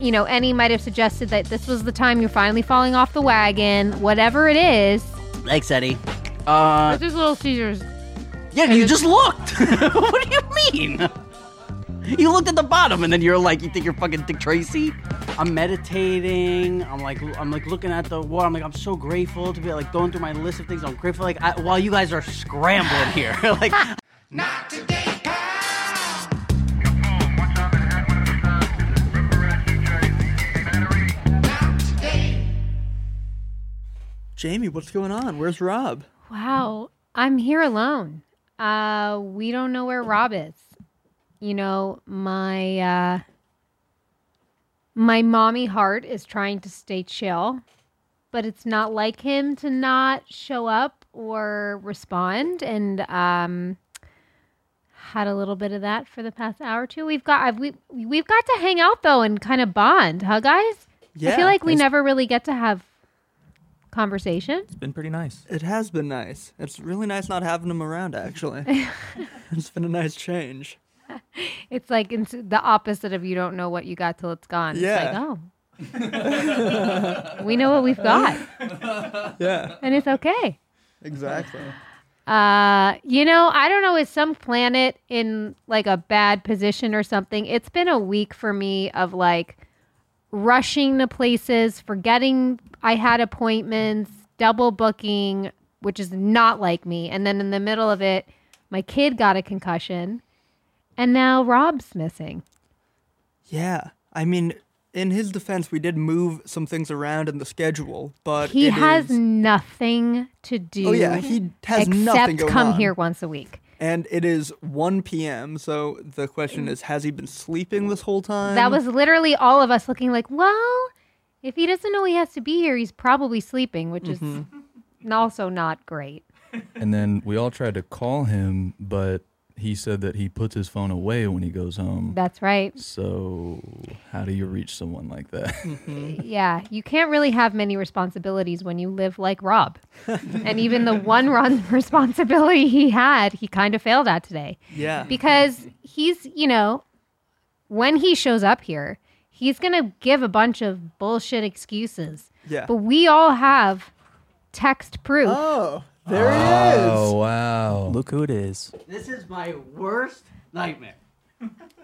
you know, Annie might have suggested that this was the time you're finally falling off the wagon, whatever it is. Thanks, Eddie. Uh, There's Little Caesars. yeah, you just looked. what do you mean? You looked at the bottom, and then you're like, you think you're fucking Dick Tracy? I'm meditating. I'm like, I'm like looking at the water. I'm like, I'm so grateful to be like going through my list of things. I'm grateful. Like I, while you guys are scrambling here, like Not today, pal. Not today. Jamie, what's going on? Where's Rob? Wow, I'm here alone. Uh, we don't know where Rob is. You know, my uh, my mommy heart is trying to stay chill, but it's not like him to not show up or respond. And um, had a little bit of that for the past hour or two. We've got I've, we we've got to hang out though and kind of bond, huh, guys? I Yeah, feel like we it's- never really get to have conversation. It's been pretty nice. It has been nice. It's really nice not having him around, actually. it's been a nice change. It's like it's the opposite of you don't know what you got till it's gone. It's Yeah. like, oh. we know what we've got Yeah, and it's okay. exactly. Uh, you know, I don't know, is some planet in like a bad position or something? It's been a week for me of like rushing to places, forgetting I had appointments, double booking, which is not like me. And then in the middle of it, my kid got a concussion and now Rob's missing. Yeah, I mean, in his defense, we did move some things around in the schedule, but he it has is- nothing to do. Oh yeah, he has except nothing going come on. here once a week. And it is 1 p.m. So the question is, has he been sleeping this whole time? that was literally all of us looking like, well, if he doesn't know he has to be here, he's probably sleeping, which Mm-hmm. is also not great. And then we all tried to call him, but he said that he puts his phone away when he goes home. That's right. So how do you reach someone like that? Yeah, you can't really have many responsibilities when you live like Rob. and even the one run responsibility he had, he kind of failed at today. yeah. because he's you know when he shows up here he's gonna give a bunch of bullshit excuses Yeah. but we all have text proof Oh, there oh he is. wow! Look who it is. this is my worst nightmare.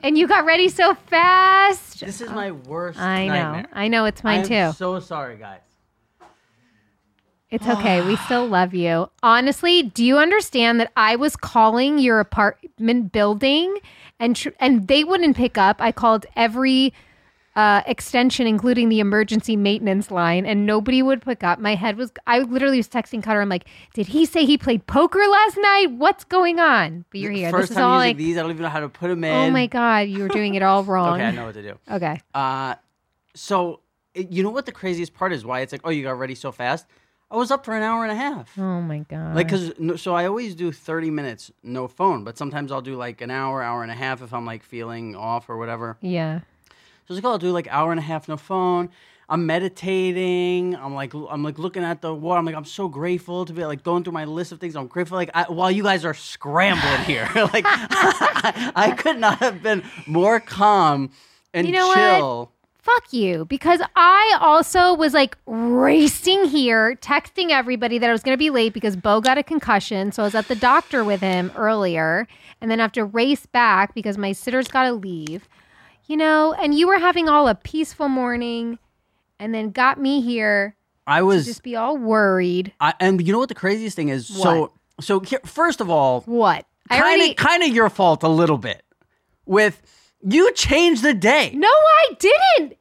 and you got ready so fast This is my worst. i know nightmare. i know it's mine I'm too So sorry, guys. it's okay we still love you honestly do you understand that i was calling your apartment building and tr- and they wouldn't pick up i called every uh, extension, including the emergency maintenance line, and nobody would pick up. My head was, I literally was texting Cutter. I'm like, did he say he played poker last night? What's going on? But you're here. First this is time all using like, these, I don't even know how to put them in. oh my God, you were doing it all wrong. Okay, I know what to do. Okay. Uh, so it- you know what the craziest part is? Why it's like, oh, you got ready so fast. I was up for an hour and a half. Oh my God. Like, cause no, so I always do thirty minutes no phone, but sometimes I'll do like an hour, hour and a half if I'm like feeling off or whatever. yeah. So it's like, oh, I'll do like hour and a half no phone. I'm meditating. I'm like, l- I'm like looking at the water. I'm like, I'm so grateful to be like going through my list of things. I'm grateful. Like I, while you guys are scrambling here, like I, I could not have been more calm and You know what? chill. Fuck you. Because I also was like racing here, texting everybody that I was going to be late because Bo got a concussion. So I was at the doctor with him earlier and then have to race back because my sitter's got to leave, you know? And you were having all a peaceful morning and then got me here I to was just be all worried. I, and you know what the craziest thing is? So, so here, first of all, What? I kind already. of, kind of your fault a little bit with you changed the day. no, I didn't.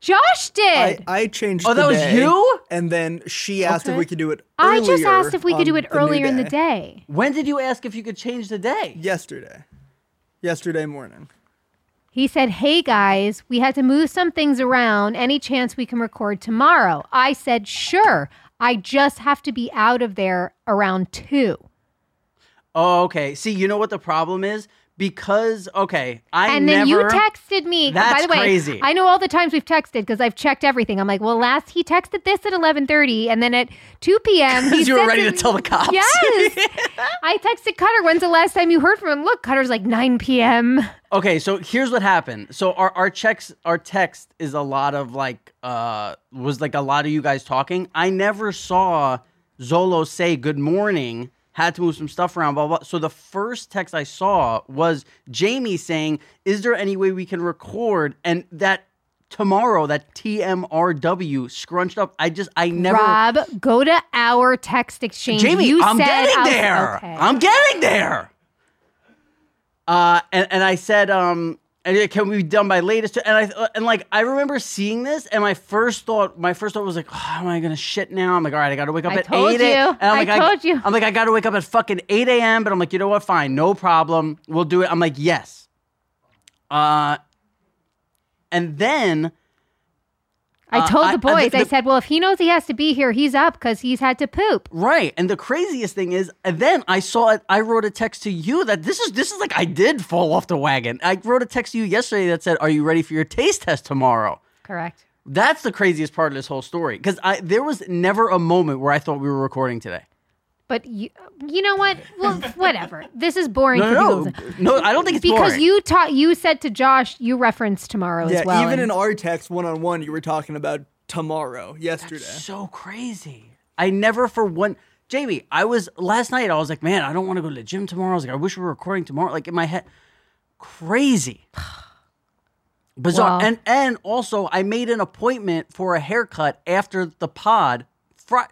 Josh I, did. I changed. Oh, the that was day, you? And then she asked if Okay. we could do it. I just earlier asked if we could do on it new earlier in the day. When did you ask if you could change the day? Yesterday, yesterday morning. He said, Hey guys, we had to move some things around. Any chance we can record tomorrow? I said, Sure. I just have to be out of there around two. Oh, okay. See, you know what the problem is? because okay, I and never then you texted me. That's By the way, crazy. I know all the times we've texted because I've checked everything. I'm like, well, last he texted this at 11:30, and then at 2 p.m. he you were said ready to some- tell the cops. Yes, I texted Cutter. When's the last time you heard from him? Look, Cutter's like 9 p.m. Okay, so here's what happened. So our, our checks our text is a lot of like uh was like a lot of you guys talking. I never saw Zolo say good morning, had to move some stuff around, blah blah. So the first text I saw was Jamie saying, Is there any way we can record? And that tomorrow, that TMRW scrunched up. I just I never Rob, go to our text exchange. Jamie, you I'm said getting I was- there. okay. I'm getting there. Uh, and, and I said, um, and it can we be done by latest? And I uh, and like I remember seeing this, and my first thought, my first thought was like, oh, am I gonna shit now? I'm like, all right, I gotta wake up I at told eight. a- you. And I'm I like, told you. I'm like, I gotta wake up at fucking eight a.m. But I'm like, you know what? Fine, no problem. We'll do it. I'm like, yes. Uh, and then I told I- the I- boys. the- I said, well, if he knows he has to be here, he's up because he's had to poop. Right. And the craziest thing is, and then I saw it. I wrote a text to you that this is this is like I did fall off the wagon. I wrote a text to you yesterday that said, "Are you ready for your taste test tomorrow?" Correct. That's the craziest part of this whole story because I there was never a moment where I thought we were recording today. But you, you know what? Well, whatever. This is boring. No, for people no, to no, listen. no. I don't think it's because boring. you taught. You said to Josh, you reference tomorrow Yeah, as well. even and- in our text one on one, you were talking about tomorrow, yesterday. so crazy. I never for one. Jamie, I was last night. I was like, man, I don't want to go to the gym tomorrow. I was like, I wish we were recording tomorrow. Like in my head, crazy, bizarre. Wow. And and also, I made an appointment for a haircut after the pod fr-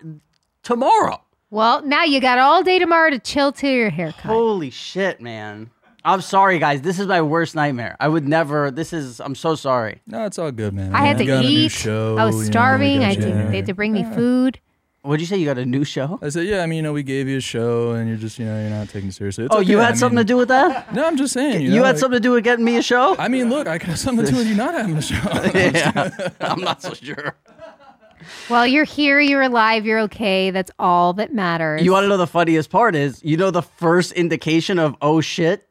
tomorrow. well, now you got all day tomorrow to chill till your haircut. Holy shit, man! I'm sorry, guys. This is my worst nightmare. I would never. This is. I'm so sorry. No, it's all good, man. I had We to got a new eat. show, I you know, was we starving. got I you had to, there. they had to bring me food. What'd you say? You got a new show? I said, yeah. I mean, you know, we gave you a show, and you're just, you know, you're not taking it seriously. It's Oh, you okay. had I something mean- to do with that? No, I'm just saying. You, you know, had like- something to do with getting me a show? I mean, look, I could have something to do with you not having a show. yeah, I'm not so sure. Well, you're here. You're alive. You're okay. That's all that matters. You want to know the funniest part is, you know, the first indication of oh shit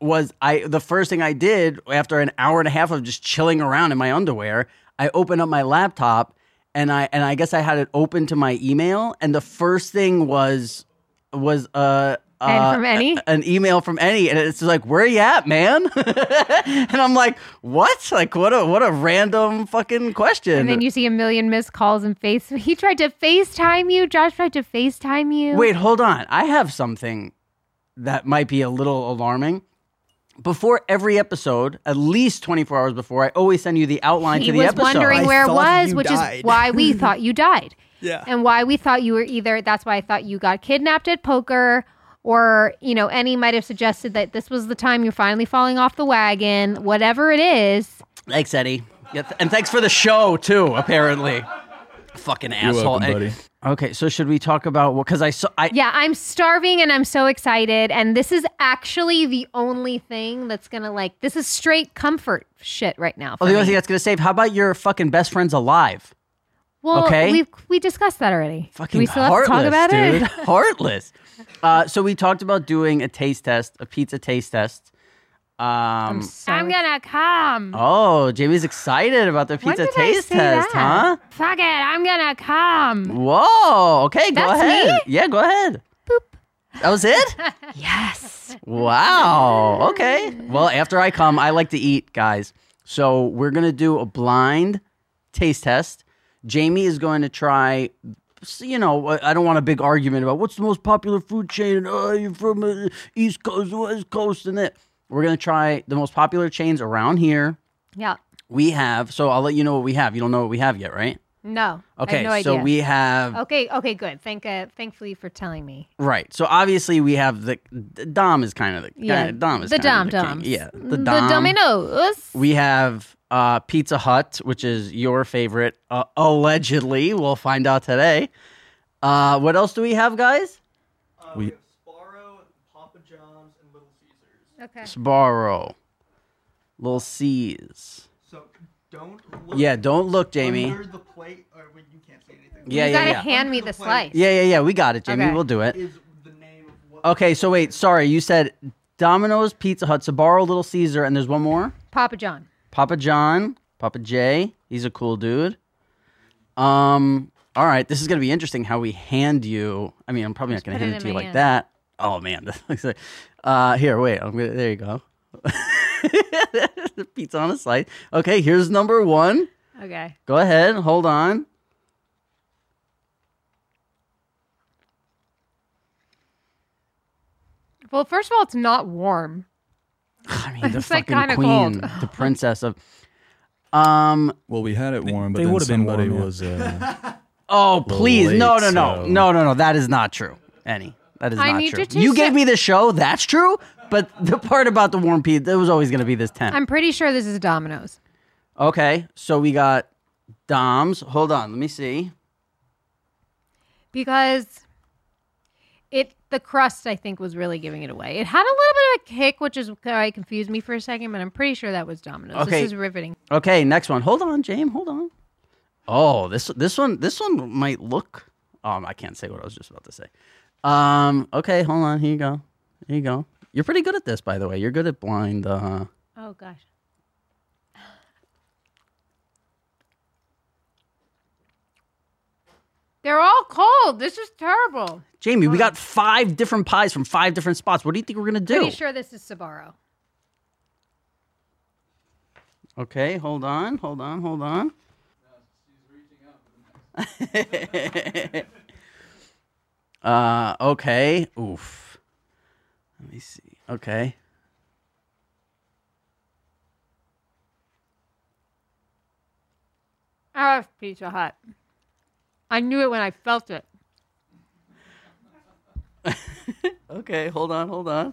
was I the first thing I did after an hour and a half of just chilling around in my underwear, I opened up my laptop and I and I guess I had it open to my email and the first thing was was uh, uh And from Annie? an email from any and it's like where you at man and i'm like what like what a what a random fucking question and then you see a million missed calls and face. He tried to FaceTime you. Josh tried to FaceTime you. Wait, hold on. I have something that might be a little alarming. Before every episode, at least 24 hours before, I always send you the outline he to the was episode. wondering I where it thought was, you which is died. why we thought you died. Yeah. And why we thought you were either that's why I thought you got kidnapped at poker or, you know, any might have suggested that this was the time you're finally falling off the wagon, whatever it is. thanks, Eddie. Yeah, th- and thanks for the show, too, apparently. Fucking You're asshole. welcome, buddy. Okay, so should we talk about what? Because I saw. I, Yeah, I'm starving and I'm so excited and this is actually the only thing that's going to like this is straight comfort shit right now. Oh, for the only me. thing that's going to save. How about your fucking best friend's alive? well, okay. we we discussed that already. Do Fucking we still have to heartless, talk about it. dude. heartless. Uh, so we talked about doing a taste test, a pizza taste test. Um, I'm, so I'm gonna come. Oh, Jamie's excited about the When pizza did I taste say test, that? huh? Fuck it, I'm gonna come. Whoa. Okay, go That's ahead. Yeah, go ahead. Boop. That was it? Yes. wow. Okay. Well, after I come, I like to eat, guys. So we're going to do a blind taste test. Jamie is going to try. You know, I I don't want a big argument about what's the most popular food chain. Oh, you're from uh, East Coast, West Coast, and that. We're gonna try the most popular chains around here. Yeah. We have, so I'll let you know what we have. You don't know what we have yet, right? No. I Okay, have no so idea. we have Okay, okay, good. Thank uh, thankfully for telling me. right. So obviously we have the, the Dom is kind of the Yeah, kinda- Dom is the kinda Dom the king. Doms. Yeah, The the Dom. dominoes. We have uh, Pizza Hut, which is your favorite, uh, allegedly. We'll find out today. Uh, what else do we have, guys? we- we Sparrow, Papa John's, and Little Caesars. Okay. Sbarro, Little C's. So don't Yeah, don't look, Jamie. the plate, or when you can't see anything. Yeah, you yeah, gotta yeah. hand me the slice. Yeah, yeah, yeah. We got it, Jamie. Okay. We'll do it. Is the name of what? Okay, so wait. Sorry, you said Domino's, Pizza Hut, Sbarro, Little Caesar, and there's one more. Papa John. Papa John, Papa J. He's a cool dude. Um, all right, this is gonna be interesting. How we hand you? I mean, I'm probably not gonna put hand it it in to you my like hand. that. Oh man, this looks like- uh, here, wait. I'm gonna. There you go. Pizza on a slice. Okay, here's number one. Okay. Go ahead. Hold on. Well, first of all, it's not warm. I mean, the It's, like, fucking kinda queen, the princess of. Um. Well, we had it warm, but they then would've been somebody warm, yeah. was. Uh, Oh, please. late, no, no, no. so- No, no, no. That is not true, Annie. That is I not need true. to you taste gave it. me the show. That's true. But the part about the warm pizza, there was always going to be this 10. I'm pretty sure this is Domino's. okay. So we got Dom's. Hold on. Let me see. because it the crust I think was really giving it away. It had a little bit of a kick, which is why it confused me for a second, but I'm pretty sure that was Domino's. Okay. This is riveting. Okay. Next one. Hold on, James. Hold on. Oh, this this one this one might look. Um, I can't say what I was just about to say. Um, okay, hold on. Here you go. Here you go. You're pretty good at this, by the way. You're good at blind. Uh, Oh gosh. They're all cold. This is terrible. Jamie, we got five different pies from five different spots. What do you think we're gonna do? Pretty sure this is Sabaro. Okay, hold on, hold on, hold on. uh, okay. Oof. Let me see. Okay. Ah, Pizza Hut. I knew it when I felt it. Okay, hold on, hold on.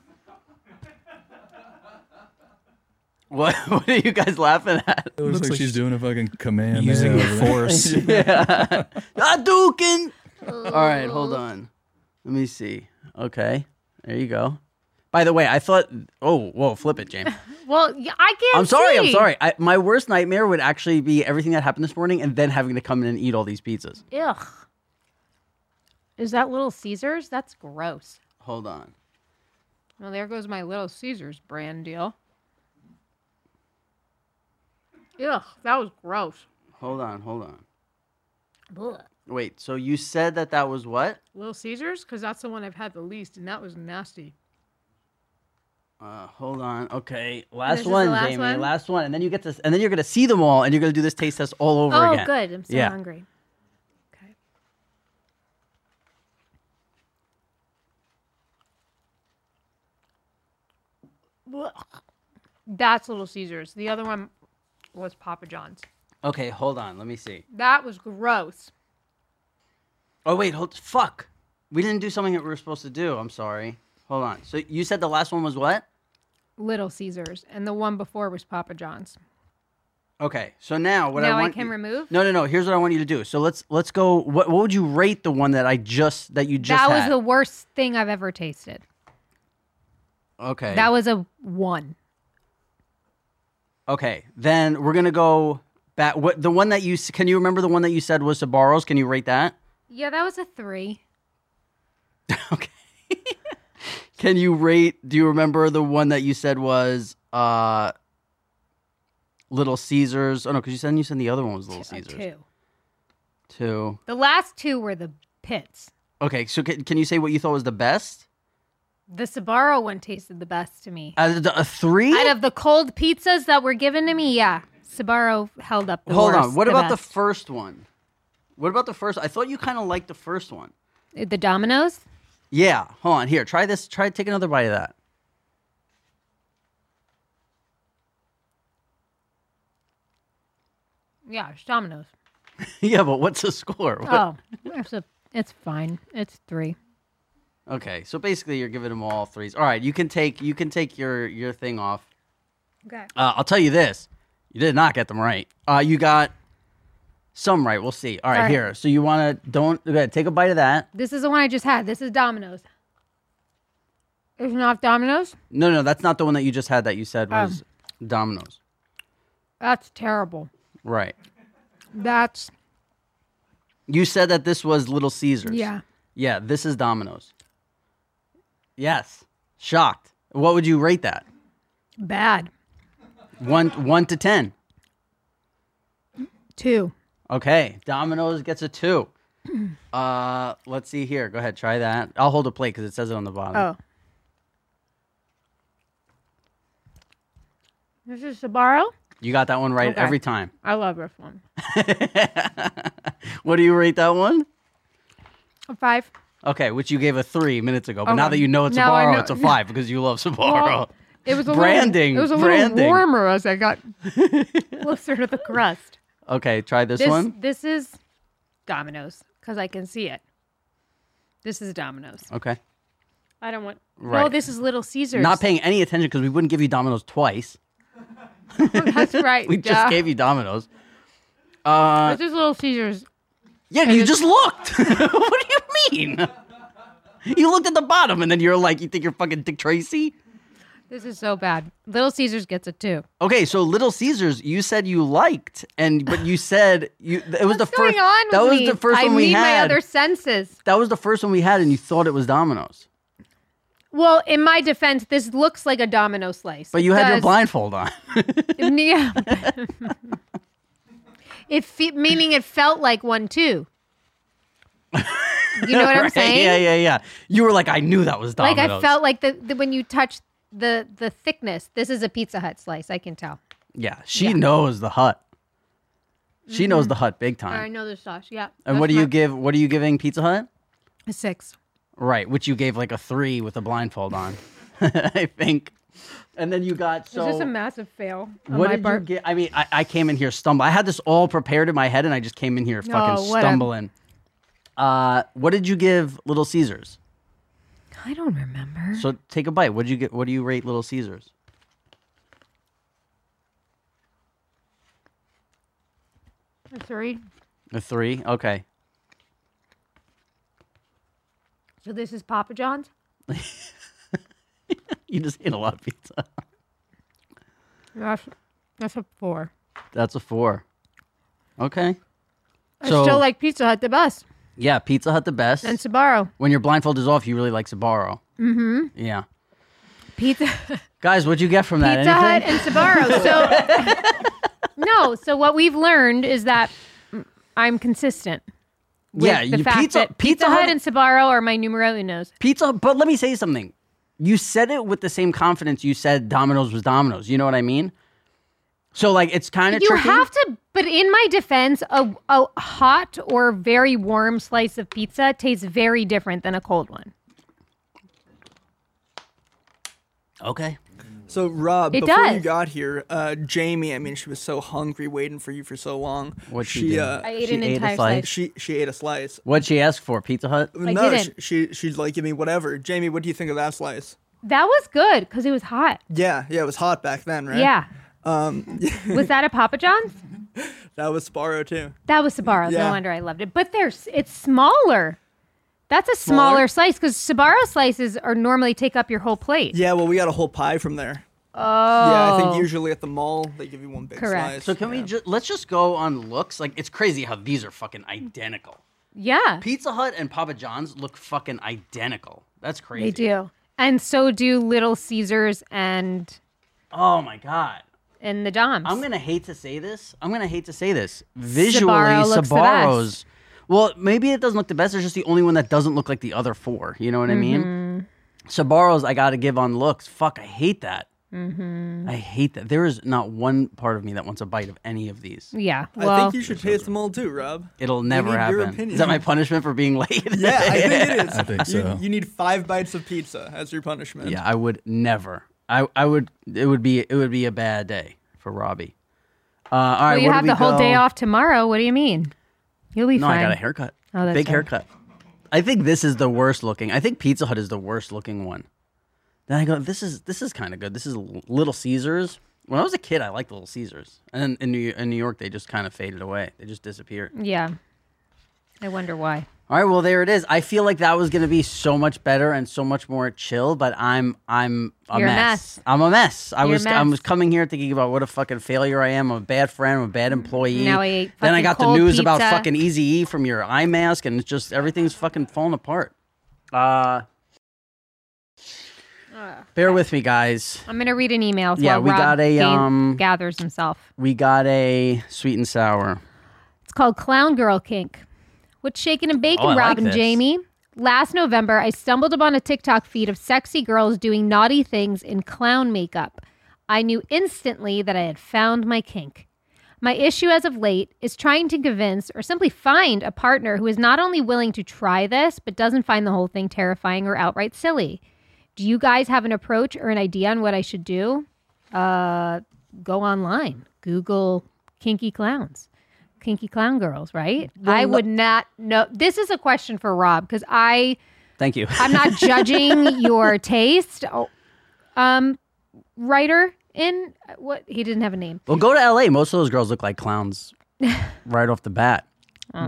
What what are you guys laughing at? it looks like, she's doing a fucking command. Using there. force. Hadouken! All right, hold on. Let me see. Okay. There you go. By the way, I thought oh, whoa, flip it, James. Well, y- I can't. I'm sorry. I'm see. sorry. I, my worst nightmare would actually be everything that happened this morning and then having to come in and eat all these pizzas. Ugh. Is that Little Caesars? That's gross. Hold on. Well, there goes my Little Caesars brand deal. Ugh, that was gross. Hold on. Hold on. Wait. So you said that that was what? Little Caesars? Because that's the one I've had the least, and that was nasty. Uh, hold on. Okay. Last this the one, last Jamie. one? Last one. And then you get to, and then you're gonna see them all, and you're gonna do this taste test all over oh, again. good. I'm so Yeah. hungry. Okay. Blech. That's Little Caesars. The other one was Papa John's. Okay. Hold on. Let me see. That was gross. Oh wait. Hold. Fuck. We didn't do something that we were supposed to do. I'm sorry. Hold on. So you said the last one was what? Little Caesars, and the one before was Papa John's. Okay, so now what Now I I want can you- remove? No, no, no. Here's what I want you to do. So let's let's go. What what would you rate the one that I just that you just that had? was the worst thing I've ever tasted. okay. That was a one. okay. Then we're gonna go back. What the one that you s- can you remember the one that you said was Sabaros? Can you rate that? Yeah, that was a three. Okay. can you rate? Do you remember the one that you said was uh Little Caesars? Oh no, because you said you said the other one was Little A Caesars. uh, two. Two. The last two were the pits. Okay. So can, can you say what you thought was the best? The Sabaro one tasted the best to me. Out of the- a three. Out of the cold pizzas that were given to me, yeah, Sabaro held up the Hold on. worst, What about the best. first one? What about the first? I thought you kind of liked the first one. the Domino's? Yeah. Hold on. Here, try this. Try take another bite of that. Yeah, it's Domino's. yeah, but what's the score? What- Oh, it's a, it's fine. It's three. Okay. So basically, you're giving them all threes. All right. You can take you can take your your thing off. Okay. Uh, I'll tell you this. You did not get them right. Uh, you got some right. We'll see. All right. All right. Here. So you want to don't go ahead, take a bite of that. This is the one I just had. This is Domino's. It's not Domino's? No, no, that's not the one that you just had. That you said was Oh. Domino's. That's terrible. Right. That's You said that this was Little Caesars. yeah. Yeah, this is Domino's. Yes. Shocked. What would you rate that? Bad. One one to ten. Two. Okay, Domino's gets a two. Uh, let's see here. Go ahead, try that. I'll hold a plate because it says it on the bottom. Oh. This is Sabaro. You got that one right Okay. every time. I love this one. What do you rate that one? A five. Okay, which you gave a three minutes ago, but now Okay. that you know it's Oh Now I Sbarro, know- it's a five because you love Sbarro. Well, It was a Branding, Little, it was a branding. little warmer as I got closer to the crust. okay, try this, This one. this is Domino's because I can see it. This is Domino's. Okay, I don't want. No, Right. this is Little Caesars. not paying any attention because we wouldn't give you Domino's twice. That's right. We just duh. gave you Domino's. Uh, This is Little Caesars. yeah, you just looked. what do you mean? You looked at the bottom, and then you're like, you think you're fucking Dick Tracy? This is so bad. Little Caesars gets a two. Okay, so Little Caesars, you said you liked, and but you said you it was the What's first. going on? that with was me? the first I one we need had. my other senses. that was the first one we had, and you thought it was Domino's, Well, in my defense, this looks like a domino slice. but you It had your does. blindfold on. Yeah. it fe- meaning it felt like one too. You know what I'm Right? saying? Yeah, yeah, yeah. You were like, I knew that was Like Domino's. I felt like the, the when you touch the the thickness. This is a Pizza Hut slice. I can tell. Yeah, she knows the hut. She Mm-hmm. knows the hut big time. I know the sauce. Yeah. and what do you give? What are you giving Pizza Hut? A six. Right, which you gave like a three with a blindfold on, I think. And then you got so. is this a massive fail on what my did part? you get? I mean, I, I came in here stumble. I had this all prepared in my head, and I just came in here fucking what a- stumbling. Uh, what did you give Little Caesars? I don't remember. So take a bite. What did you get? What do you rate Little Caesars? A three. A three. Okay. So this is Papa John's. You just ate a lot of pizza. That's, that's a four. That's a four. Okay. I still like Pizza Hut the best yeah, Pizza Hut the best. and Sabaro. when your blindfold is off, you really like Sbarro. Mm-hmm. Yeah. Pizza. Guys, what'd you get from that? Pizza Hut and Anything? Sbarro. So no, so what we've learned is that I'm consistent. With Yeah, the you- fact Pizza- that Pizza Pizza Hut Hut- and Sbarro are my numero unos. Pizza Hut. But let me say something. You said it with the same confidence you said Domino's was Domino's. You know what I mean? So like, it's kind of You tricky. have to, but in my defense, a, a hot or very warm slice of pizza tastes very different than a cold one. okay. So Rob, It before you does. got here, uh, Jamie, I mean, she was so hungry waiting for you for so long. What she she did. I uh, ate She an ate a entire slice. slice. she she ate a slice. What'd she ask for? Pizza Hut. no, she, didn't. she she's like, give me whatever. Jamie, what do you think of that slice? That was good because it was hot. Yeah, yeah, it was hot back then, right? Yeah. Um, was that a Papa John's? That was Sparrow too. That was Sbarro. Yeah. No wonder I loved it. But there's it's smaller. That's a smaller, Smaller? slice because Sbarro slices are normally take up your whole plate. Yeah, well, we got a whole pie from there. Oh. Yeah, I think usually at the mall they give you one big Correct. slice. So can we just let's just go on looks? Like it's crazy how these are fucking identical. Yeah, Pizza Hut and Papa John's look fucking identical. That's crazy. they do. And so do Little Caesars and Oh my god. and the Doms. I'm gonna hate to say this. I'm gonna hate to say this. Visually, Sbarro looks the Sabaro's. Well, maybe it doesn't look the best. It's just the only one that doesn't look like the other four. You know what I mean? Mm-hmm. Sabaro's, I gotta give on looks. Fuck, I hate that. Mm-hmm. I hate that. There is not one part of me that wants a bite of any of these. yeah. I Well, think you should taste them all too, Rob. It'll never need your happen. opinion. Is that my punishment for being late? Yeah, I think it is. I think You- so. You, need five bites of pizza as your punishment. Yeah, I would never. I, I would. It would be. It would be a bad day for Robbie. Uh, all right. well, you where do have we the whole go? day off tomorrow. What do you mean? You'll be No, fine. I got a haircut. Oh, that's right. Big haircut. I think this is the worst looking. I think Pizza Hut is the worst looking one. Then I go, this is this is kind of good. This is L- Little Caesars. When I was a kid, I liked Little Caesars, and then in New, in New York, they just kind of faded away. They just disappeared. Yeah. I wonder why. All right, well there it is. I feel like that was going to be so much better and so much more chill, but I'm I'm a You're a mess. mess. I'm a mess. I You're a was I mess. was coming here thinking about what a fucking failure I am. I'm a bad friend. I'm a bad employee. Now I ate then I fucking got the cold news about pizza. fucking Easy E from your eye mask, and it's just everything's fucking falling apart. Uh, Ah, Bear with me, guys. I'm gonna read an email. Yeah, while we Rob got a, ga- um, gathers himself. We got a sweet and sour. It's called Clown Girl Kink. What's shaking and baking, Oh, I Rob like and this. Jamie? Last November, I stumbled upon a TikTok feed of sexy girls doing naughty things in clown makeup. I knew instantly that I had found my kink. My issue as of late is trying to convince or simply find a partner who is not only willing to try this, but doesn't find the whole thing terrifying or outright silly. Do you guys have an approach or an idea on what I should do? Uh, go online, Google kinky clowns, kinky clown girls, right? I would not know. This is a question for Rob because I Thank you. I'm not judging your taste. Oh, um, writer in what he didn't have a name. Well, go to L.A. Most of those girls look like clowns right off the bat.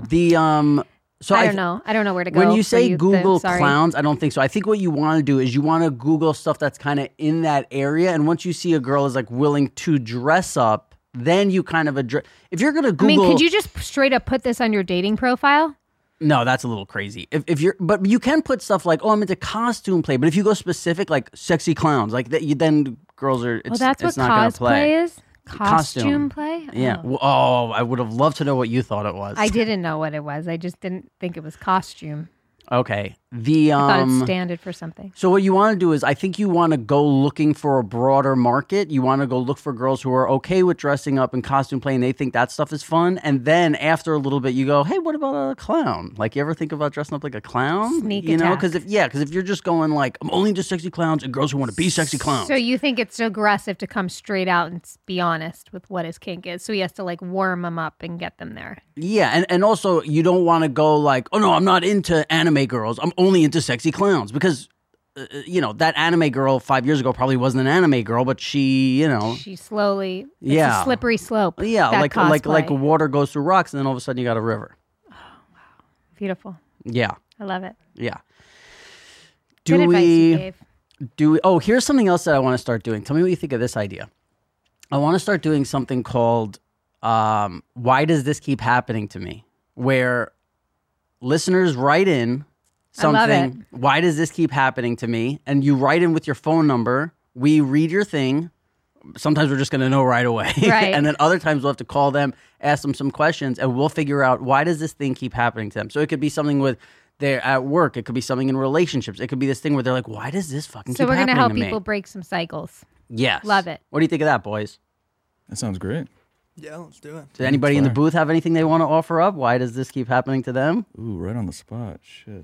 The um, so Oh. I I, don't know. I don't know where to go. When you for say I'm Google sorry. clowns, I don't think so. I think what you want to do is you want to Google stuff that's kind of in that area, and once you see a girl is like willing to dress up, then you kind of address. If you're gonna I Google, mean, could you just straight up put this on your dating profile? No, that's a little crazy. If, if you're, but you can put stuff like, oh, I'm into costume play. But if you go specific, like sexy clowns, like that, you then girls are. It's, Well, that's it's what not gonna cosplay play. is. Costume, Costume. play. Yeah. Oh. W- Oh. I would have loved to know what you thought it was. I didn't know what it was. I just didn't think it was costume. Okay. The I thought um. it standard for something. so what you want to do is, I think you want to go looking for a broader market. You want to go look for girls who are okay with dressing up and costume playing. They think that stuff is fun, and then after a little bit, you go, hey, what about a clown? Like, you ever think about dressing up like a clown? Sneak you know, attack. because if yeah, because if you're just going like, I'm only into sexy clowns and girls who want to be sexy clowns. So you think it's aggressive to come straight out and s- be honest with what his kink is? So he has to like warm them up and get them there. Yeah, and, and also you don't want to go like, oh no, I'm not into anime girls. I'm only into sexy clowns because, uh, uh, you know, that anime girl five years ago probably wasn't an anime girl, but she, you know, She slowly, it's Yeah. a slippery slope. yeah, that like like like cosplay. water goes through rocks, and then all of a sudden you got a river. beautiful. Yeah, I love it. yeah. Good Do advice we you gave. do? We, oh, here's something else that I want to start doing. Tell me what you think of this idea. I want to start doing something called um, "Why Does This Keep Happening to Me," where listeners write in I love something. Why does this keep happening to me? And you write in with your phone number. We read your thing. Sometimes we're just going to know right away, Right. and then other times we'll have to call them, ask them some questions, and we'll figure out why does this thing keep happening to them. So it could be something with they're at work. It could be something in relationships. It could be this thing where they're like, why does this fucking So keep we're happening gonna help to me? people break some cycles. Yes. Love it. What do you think of that, boys? That sounds great. Yeah, let's do it. Did anybody in the fire. booth have anything they want to offer up? Why does this keep happening to them? Ooh, right on the spot. Shit.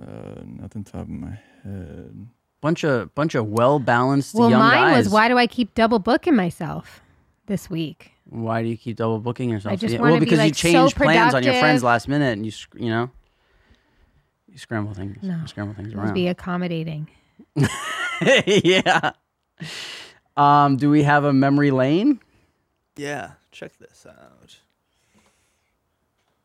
Uh, nothing top of my head. Bunch of bunch of well balanced Well, young mine guys. was why do I keep double booking myself this week? Why do you keep double booking yourself? I just Yeah, wanna well, be, because you like, so change plans on your productive. friends last minute, and you sc- you know you scramble things, No. scramble things Just around. be accommodating. yeah. Um, do we have a memory lane? Yeah, check this out.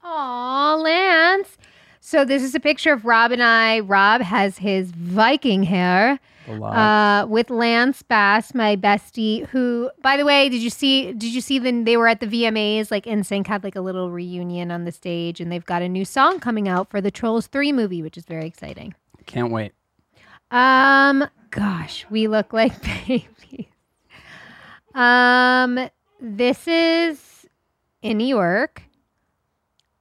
Aw, Lance. So this is a picture of Rob and I. Rob has his Viking hair. Uh, with Lance Bass, my bestie, who, by the way, did you see? Did you see? Then they were at the VMAs. Like NSYNC had like a little reunion on the stage, and they've got a new song coming out for the Trolls Three movie, which is very exciting. Can't wait. Um, gosh, we look like babies. Um, this is in New York.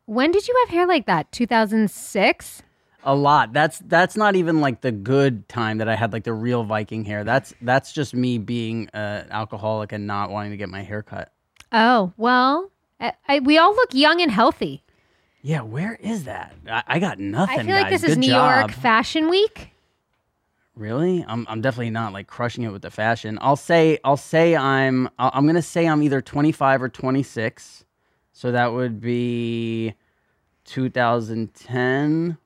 When did you have hair like that? 2006? A lot. That's that's not even like the good time that I had like the real Viking hair. That's that's just me being uh, alcoholic and not wanting to get my hair cut. Oh, well, I, I, we all look young and healthy. Yeah, where is that? I, I got nothing. I feel like guys. this is Good New job. York Fashion Week. Really? I'm I'm definitely not like crushing it with the fashion. I'll say I'll say I'm I'll- I'm going to say I'm either 25 or 26. So that would be 2010.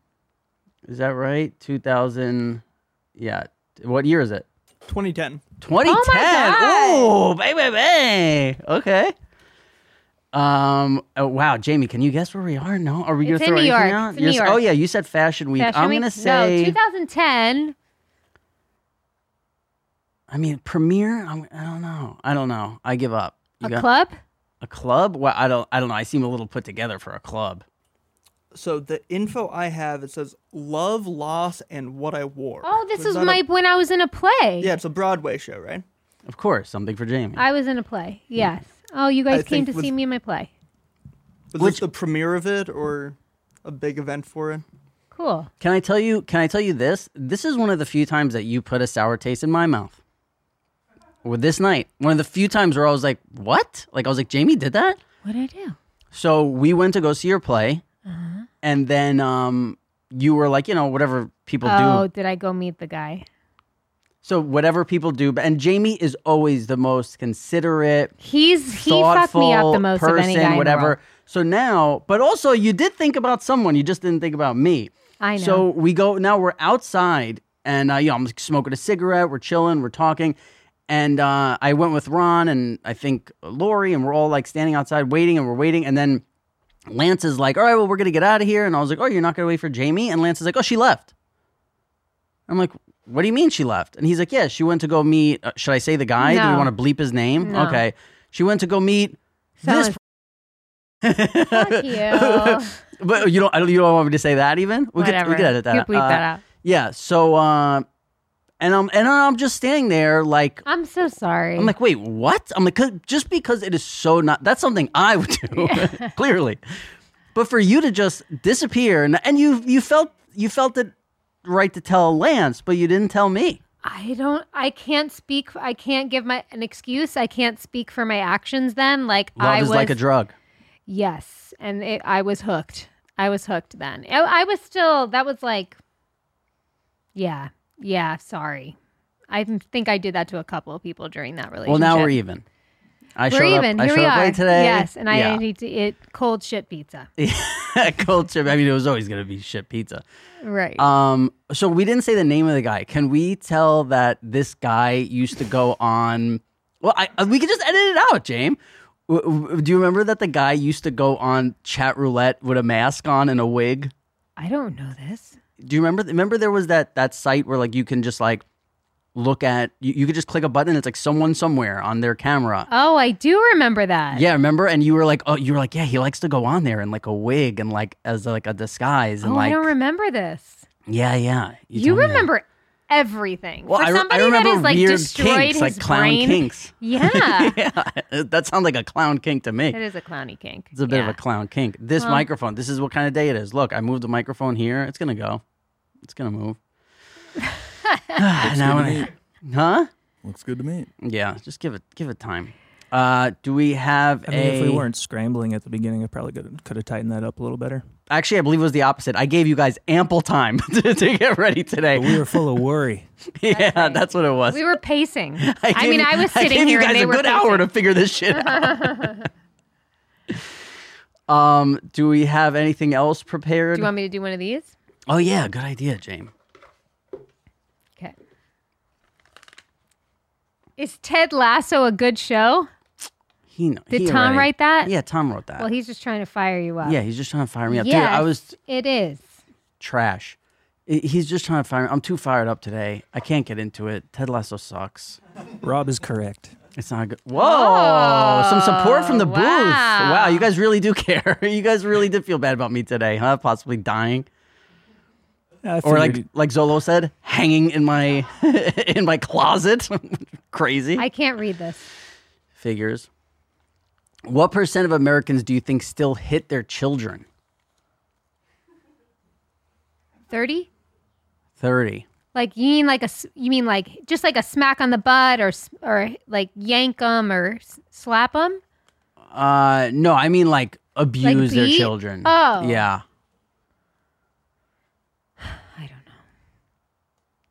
Is that right? 2000 Yeah. What year is it? 2010. 2010. Oh, baby, baby. Okay. Um. oh, wow, Jamie, can you guess where we are? No, are we gonna It's in throw New anything York. out? It's in You're New s- Oh York. yeah, you said Fashion Week. Fashion I'm Week? gonna say No, 2010. I mean, premiere. I'm, I don't know. I don't know. I give up. You A got club? a club? Well, I don't. I don't know. I seem a little put together for a club. So the info I have it says love, loss, and what I wore. Oh, this So is that a- my when I was in a play. yeah, it's a Broadway show, right? Of course, something for Jamie. I was in a play. Yes. Oh, you guys I came think to with- see me in my play. Was Which- this the premiere of it or a big event for it? Cool. can I tell you? Can I tell you this? This is one of the few times that you put a sour taste in my mouth. With this night, one of the few times where I was like, "What?" Like I was like, "Jamie did that." What did I do? So we went to go see your play, Uh-huh. and then um, you were like, you know, whatever people Oh, do. did I go meet the guy? So whatever people do, but and Jamie is always the most considerate, He's he fucked thoughtful me up the most person, of any guy. in the whatever. world. So now, but also you did think about someone, you just didn't think about me. I know. So we go now. We're outside, and uh, you know, I'm smoking a cigarette. We're chilling. We're talking, and uh, I went with Ron and I think Lori, and we're all like standing outside waiting, and we're waiting, and then Lance is like, "All right, well, we're gonna get out of here," and I was like, "Oh, you're not gonna wait for Jamie?" And Lance is like, "Oh, she left." I'm like, "What do you mean she left?" And he's like, "Yeah, she went to go meet. Uh, should I say the guy? Do we No. want to bleep his name? No. Okay, she went to go meet." Someone's- This Fuck you. but you don't. I don't- You don't want me to say that even. We Whatever. could. We could edit that. You bleep Uh, that out. Yeah. So, uh, and I'm and I'm just standing there like I'm so sorry. I'm like, wait, what? I'm like, 'cause- just because it is so not. That's something I would do clearly, but for you to just disappear and and you you felt you felt it right to tell Lance, but you didn't tell me. I don't. I can't speak. I can't give my an excuse. I can't speak for my actions. Then, like Love I is was like a drug. yes, and it, I was hooked. I was hooked then. I, I was still. That was like, yeah, yeah. Sorry, I think I did that to a couple of people during that relationship. Well, now we're even. I We're showed even. up. I Here showed we up are late today. Yes, and I Yeah. need to eat cold shit pizza. culture. I mean, it was always going to be shit pizza. Right. Um, so we didn't say the name of the guy. Can we tell that this guy used to go on? Well, I, we could just edit it out, James. W- w- Do you remember that the guy used to go on chat roulette with a mask on and a wig? I don't know this. Do you remember? Remember there was that that site where like you can just like look at you, you could just click a button and it's like someone somewhere on their camera. Oh, I do remember that. Yeah, remember? And you were like, oh, you were like, yeah, he likes to go on there in like a wig and like as like a disguise and Oh, like, I don't remember this. yeah, yeah. You told me that. remember everything. Well, For I, re- I somebody remember that has like weird destroyed kinks, his like clown brain. kinks. Yeah. yeah, that sounds like a clown kink to It me. is a clowny kink. It's a bit Yeah. of a clown kink. This microphone. This is what kind of day it is. Look, I moved the microphone here. It's gonna go. It's gonna move. now, good when to I- huh? Looks good to me. Yeah, just give it, give it time. Uh, do we have I mean, if we a- weren't scrambling at the beginning, I probably could could have tightened that up a little better. Actually, I believe it was the opposite. I gave you guys ample time to, to get ready today. But we were full of worry. yeah, that's what it was. We were pacing. I, I, gave mean, you- I was I sitting gave here you guys and they a were good pacing. hour to figure this shit out. um, do we have anything else prepared? Do you want me to do one of these? oh yeah, good idea, James. Okay. Is Ted Lasso a good show? He kn- Did he Tom already- write that? Yeah, Tom wrote that. Well, he's just trying to fire you up. yeah, he's just trying to fire me up, dude. I Yes, was It is. trash. I- He's just trying to fire. me. I'm too fired up today. I can't get into it. Ted Lasso sucks. Rob is correct. It's not good. Whoa! some support from the booth. Oh, wow. Wow, you guys really do care. you guys really did feel bad about me today, huh? Possibly dying. I or like figured- like Zolo said, hanging in my in my closet. Crazy I can't read this. figures. What percent of Americans do you think still hit their children? 30? Thirty. Like you mean like a s- you mean like just like a smack on the butt or s- or like yank them or s- slap them? Uh, no, I mean like abuse their beat? children. Oh. yeah.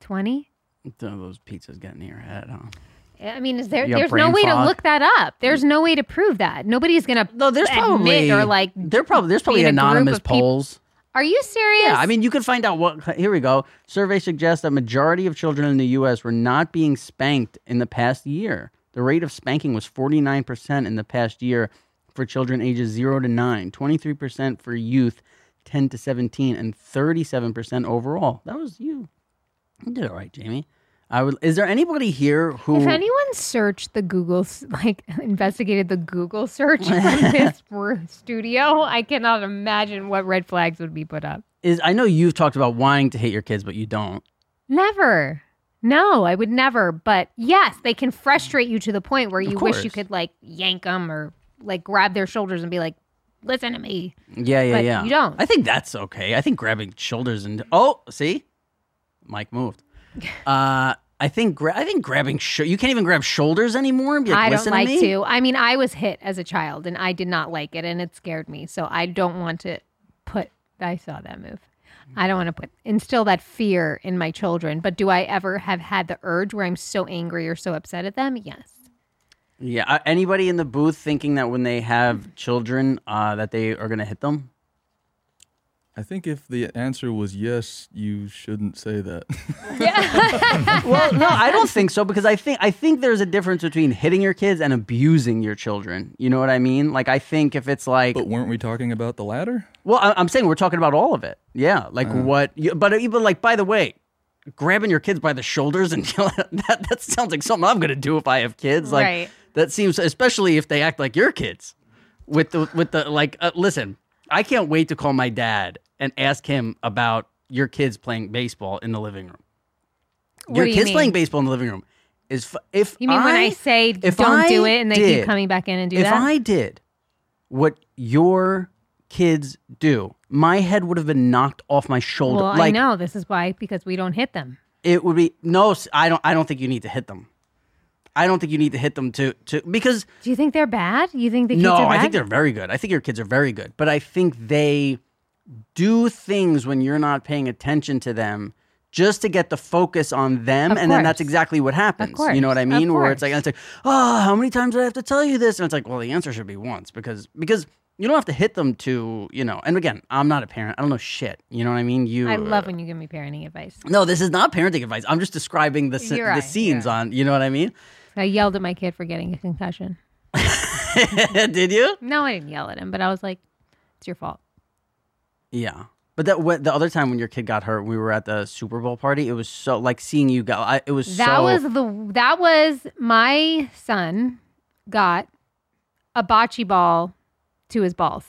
20? Some of those pizzas getting in your head, huh? I mean, is there? You got There's no brain way fog? Mm. to look that up. There's no way to prove that. Nobody's gonna. No, there's admit probably or like. there probably there's probably being a group anonymous of peop- polls. Are you serious? Yeah, I mean, you could find out what. Here we go. Survey suggests that majority of children in the U.S. were not being spanked in the past year. The rate of spanking was 49 percent in the past year for children ages zero to nine, 23 percent for youth 10 to 17, and 37 percent overall. That was you. You did all right, Jamie. I would. Is there anybody here who? If anyone searched the Google, s- like investigated the Google search for this r- studio, I cannot imagine what red flags would be put up. is I know you've talked about wanting to hit your kids, but you don't. Never. No, I would never. But yes, they can frustrate you to the point where you wish you course. could like yank them or like grab their shoulders and be like, listen to me. Yeah, yeah, But yeah. you don't. I think that's okay. I think grabbing shoulders and oh, see, Mike moved. Uh, I think gra- I think grabbing sh- you can't even grab shoulders anymore and be like, I don't listen like to me. to. I mean, I was hit as a child and I did not like it and it scared me. So I don't want to put, I saw that move. I don't want to put, instill that fear in my children. But do I ever have had the urge where I'm so angry or so upset at them? Yes. Yeah. Uh, anybody in the booth thinking that when they have children, uh, that they are gonna hit them? I think if the answer was yes, you shouldn't say that. well, no, I don't think so because I think I think there's a difference between hitting your kids and abusing your children. You know what I mean? Like I think if it's like, but weren't we talking about the latter? well, I, I'm saying we're talking about all of it. Yeah, like what? You, but even like, by the way, grabbing your kids by the shoulders and yelling that that sounds like something I'm gonna do if I have kids. Like Right. that seems, especially if they act like your kids. With the with the like, uh, listen, I can't wait to call my dad and ask him about your kids playing baseball in the living room What your do you kids mean? playing baseball in the living room is f- if You mean I, when I say if don't I do it and they did- keep coming back in and do if that? I did what your kids do, my head would have been knocked off my shoulder. well, I like know this is why because we don't hit them. it would be no. s- I don't. I don't think you need to hit them. I don't think you need to hit them to to because Do you think they're bad? You think the kids no. are bad? I think they're very good. I think your kids are very good, but I think they do things when you're not paying attention to them. Just to get the focus on them, Of and then that's course. exactly what happens. You know what I course. Of mean? Where it's like, course. it's like, oh, how many times do I have to tell you this? And it's like, well, the answer should be once because because you don't have to hit them to you know. And again, I'm not a parent. I don't know shit. You know what I mean? You, uh, I love when you give me parenting advice. No, this is not parenting advice. I'm just describing the sce- You're the right, scenes you're on. You know what I mean? I yelled at my kid for getting a concussion. Did you? No, I didn't yell at him, but I was like, "It's your fault." Yeah. But that what, the other time when your kid got hurt, we were at the Super Bowl party. It was so like seeing you go. I, it was That so was the that was my son got a bocce ball to his balls.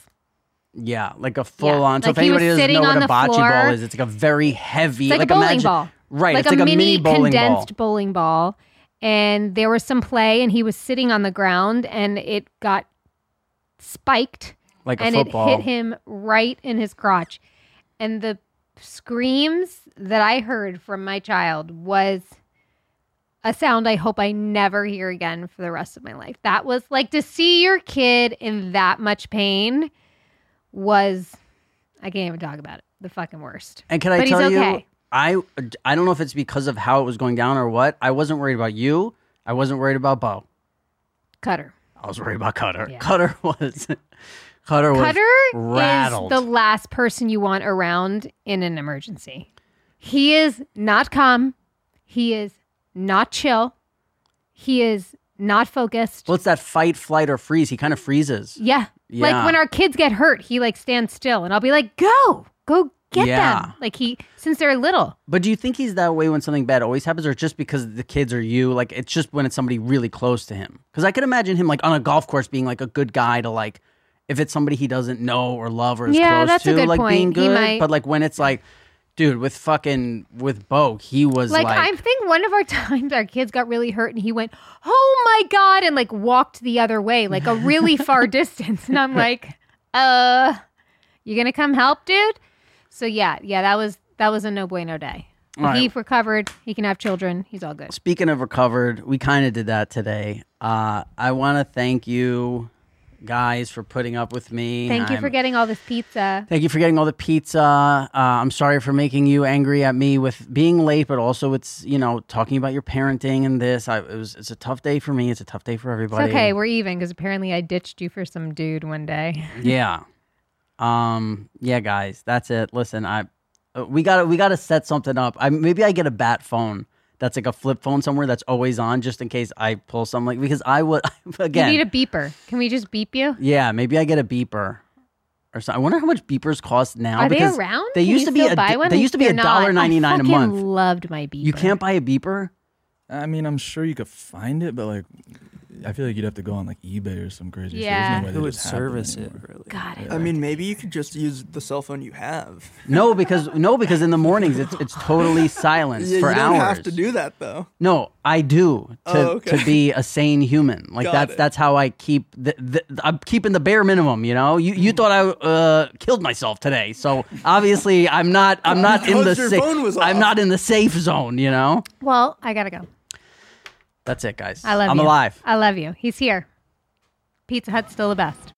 yeah, like a full on. So Like if he was anybody doesn't sitting know what on a the bocce ball floor. is, it's like a very heavy, It's like, a bowling imagine- ball, right? Like it's like a mini, bowling ball. condensed bowling ball. And there was some play, and he was sitting on the ground, and it got spiked like and a football. it hit him right in his crotch. And the screams that I heard from my child was a sound I hope I never hear again for the rest of my life. That was like to see your kid in that much pain was I can't even talk about it. The fucking worst. And can I but he's tell you, okay. I I don't know if it's because of how it was going down or what. I wasn't worried about you. I wasn't worried about Bo. Cutter. I was worried about Cutter. Yeah. Cutter was Cutter was Cutter rattled. is the last person you want around in an emergency. He is not calm. He is not chill. He is not focused. Well, it's that fight, flight, or freeze. He kind of freezes. yeah. Yeah. Like when our kids get hurt, he like stands still and I'll be like, go, go get Yeah. them. Like he, since they're little. But do you think he's that way when something bad always happens, or just because the kids are you? Like it's just when it's somebody really close to him. Because I could imagine him like on a golf course being like a good guy to like, if it's somebody he doesn't know or love or is Yeah, close that's a to, good like being point. He good. might- But like when it's like, dude, with fucking with Bo, he was like, Like, I think one of our times our kids got really hurt and he went, oh my God, and like walked the other way, like a really far distance. And I'm like, uh, you gonna come help, dude? So yeah, yeah, that was that was a no bueno day. All right. He recovered, he can have children, he's all good. Speaking of recovered, we kind of did that today. Uh, I want to thank you guys for putting up with me. Thank you for I'm- getting all this pizza. Thank you for getting all the pizza. Uh, I'm sorry for making you angry at me with being late, but also it's you know talking about your parenting and this. I, it was it's a tough day for me. It's a tough day for It's everybody. okay, we're even because apparently I ditched you for some dude one day. Yeah. Um. Yeah, guys. That's it. Listen, I uh, we got to we got to set something up. I maybe I get a bat phone. That's like a flip phone somewhere that's always on, just in case I pull something. Like, because I would again. You need a beeper. Can we just beep you? Yeah, maybe I get a beeper or something. I wonder how much beepers cost now. Are they because around? They Can used you to be still a buy one? they used to be They're a not. dollar ninety nine a I fucking month. Loved my beeper. You can't buy a beeper. I mean, I'm sure you could find it, but like, I feel like you'd have to go on like eBay or some crazy. Yeah. shit. There's no way Who they would just have them service it? anymore. Really? Got it. I mean, maybe you could just use the cell phone you have. No, because no, because in the mornings it's it's totally silenced Yeah, for you don't hours. have to do that though. No, I do to, Oh, okay. to be a sane human. Like Got that's it. that's how I keep. The, the, I'm keeping the bare minimum. You know, you you thought I uh, killed myself today, so obviously I'm not. I'm not in the Because your safe. phone was I'm off. not in the safe zone. You know, Well, I gotta go. that's it, guys. I love I'm you. alive. I love you. He's here. Pizza Hut's still the best.